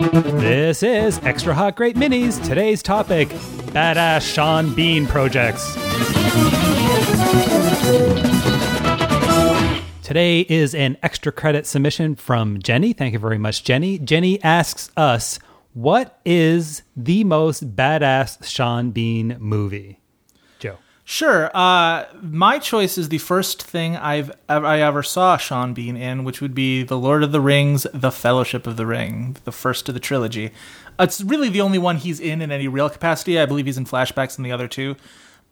This is Extra Hot Great Minis. Today's topic Badass Sean Bean Projects. Today is an extra credit submission from Jenny. Thank you very much, Jenny. Jenny asks us, What is the most badass Sean Bean movie? Joe. Sure. Uh, my choice is the first thing I've ever, I ever saw Sean Bean in, which would be The Lord of the Rings, The Fellowship of the Ring, the first of the trilogy. It's really the only one he's in in any real capacity. I believe he's in flashbacks in the other two,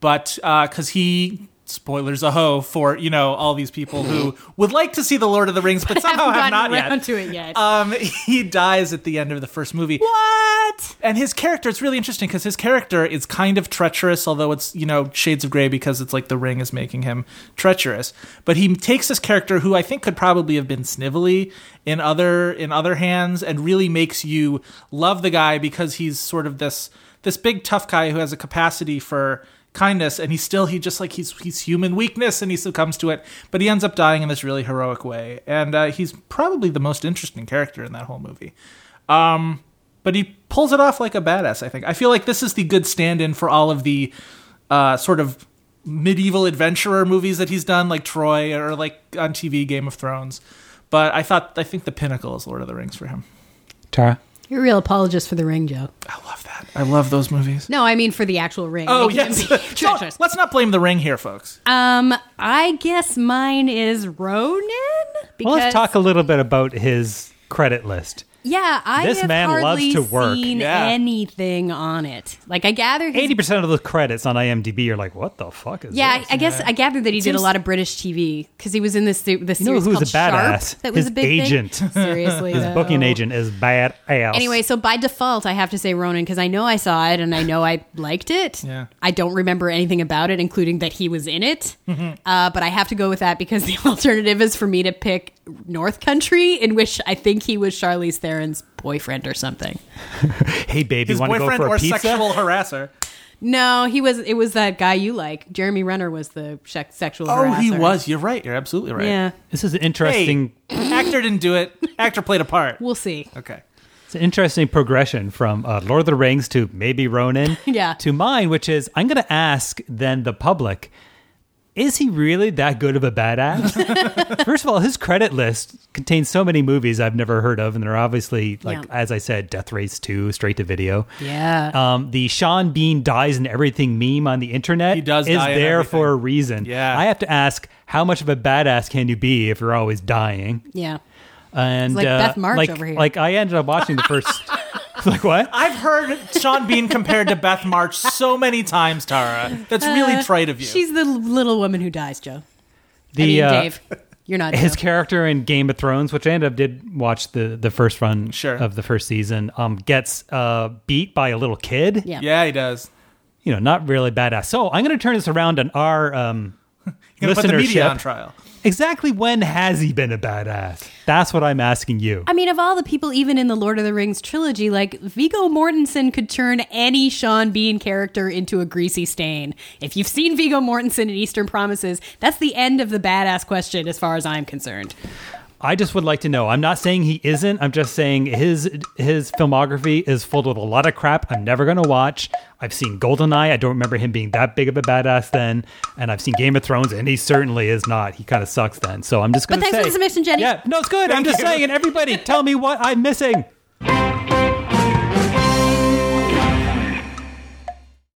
but because he spoilers a ho for you know all these people who would like to see The Lord of the Rings, but somehow have Haven't not gotten yet. around to it yet. Um, he dies at the end of the first movie. What? And his character, it's really interesting because his character is kind of treacherous, although it's, you know, shades of gray because it's like the ring is making him treacherous. But he takes this character who I think could probably have been snivelly in other in other hands and really makes you love the guy because he's sort of this this big tough guy who has a capacity for kindness and he's still he just like he's he's human weakness and he succumbs to it but he ends up dying in this really heroic way and uh, he's probably the most interesting character in that whole movie um but he pulls it off like a badass i think i feel like this is the good stand-in for all of the uh sort of medieval adventurer movies that he's done like troy or like on tv game of thrones but i thought i think the pinnacle is lord of the rings for him Tara. You're a real apologist for the ring, Joe. i love that i love those movies No, I mean for the actual ring. oh Making him yes be No, treacherous. let's not blame the ring here folks Um, I guess mine is Ronan. Because, Well, let's talk a little bit about his credit list. Yeah, I This have man loves hardly to work. seen Yeah. anything on it. Like I gather his Eighty percent of the credits on IMDb are like, "What the fuck is Yeah, this?" I guess I gather that he did seems- a lot of British TV because he was in this se- this You know series who's called a badass? Sharp. That His was a big thing. agent. Seriously, His though. booking agent is bad ass. Anyway, so by default, I have to say Ronan because I know I saw it and I know I liked it. Yeah. I don't remember anything about it, including that he was in it. Mm-hmm. Uh, but I have to go with that because the alternative is for me to pick North Country, in which I think he was Charlize Theron's boyfriend or something. hey baby, his want to go boyfriend for or a pizza? sexual harasser. No, he was. It was that guy you like. Jeremy Renner was the she- sexual. Oh, he harasser. was. You're right. You're absolutely right. Yeah, This is an Hey, interesting. actor didn't do it. Actor played a part. we'll see. Okay. It's an interesting progression from uh, Lord of the Rings to maybe Ronin. Yeah. To mine, which is I'm going to ask then the public. Is he really that good of a badass? First of all, his credit list contains so many movies I've never heard of, and they're obviously like, Yeah. as I said, Death Race Two, straight to video. Yeah. um, the Sean Bean dies and everything meme on the internet He does is die in there everything. for a reason. Yeah. I have to ask, how much of a badass can you be if you're always dying? yeah. And It's like uh, Beth March like, over here. like I ended up watching the first. like what? I've heard Sean Bean compared to Beth March so many times, Tara. That's Uh, really trite of you. She's the little woman who dies, Joe. The I mean, uh, Dave. You're not his Joe. character in Game of Thrones, which I ended up did watch the the first run Sure. of the first season, um, gets uh, beat by a little kid. Yeah. yeah, he does. You know, not really badass. So I'm going to turn this around on our um, You're gonna put the media listenership. on trial. Exactly when has he been a badass? That's what I'm asking you. I mean, of all the people, even in the Lord of the Rings trilogy, like Vigo Mortensen could turn any Sean Bean character into a greasy stain. If you've seen Vigo Mortensen in Eastern Promises, that's the end of the badass question, as far as I'm concerned. I just would like to know. I'm not saying he isn't. I'm just saying his his filmography is filled with a lot of crap I'm never going to watch. I've seen Goldeneye. I don't remember him being that big of a badass then. And I've seen Game of Thrones, and he certainly is not. He kind of sucks then. So I'm just going to thanks say. for the submission, Jenny. Yeah, no, it's good. I'm just saying. And everybody, tell me what I'm missing.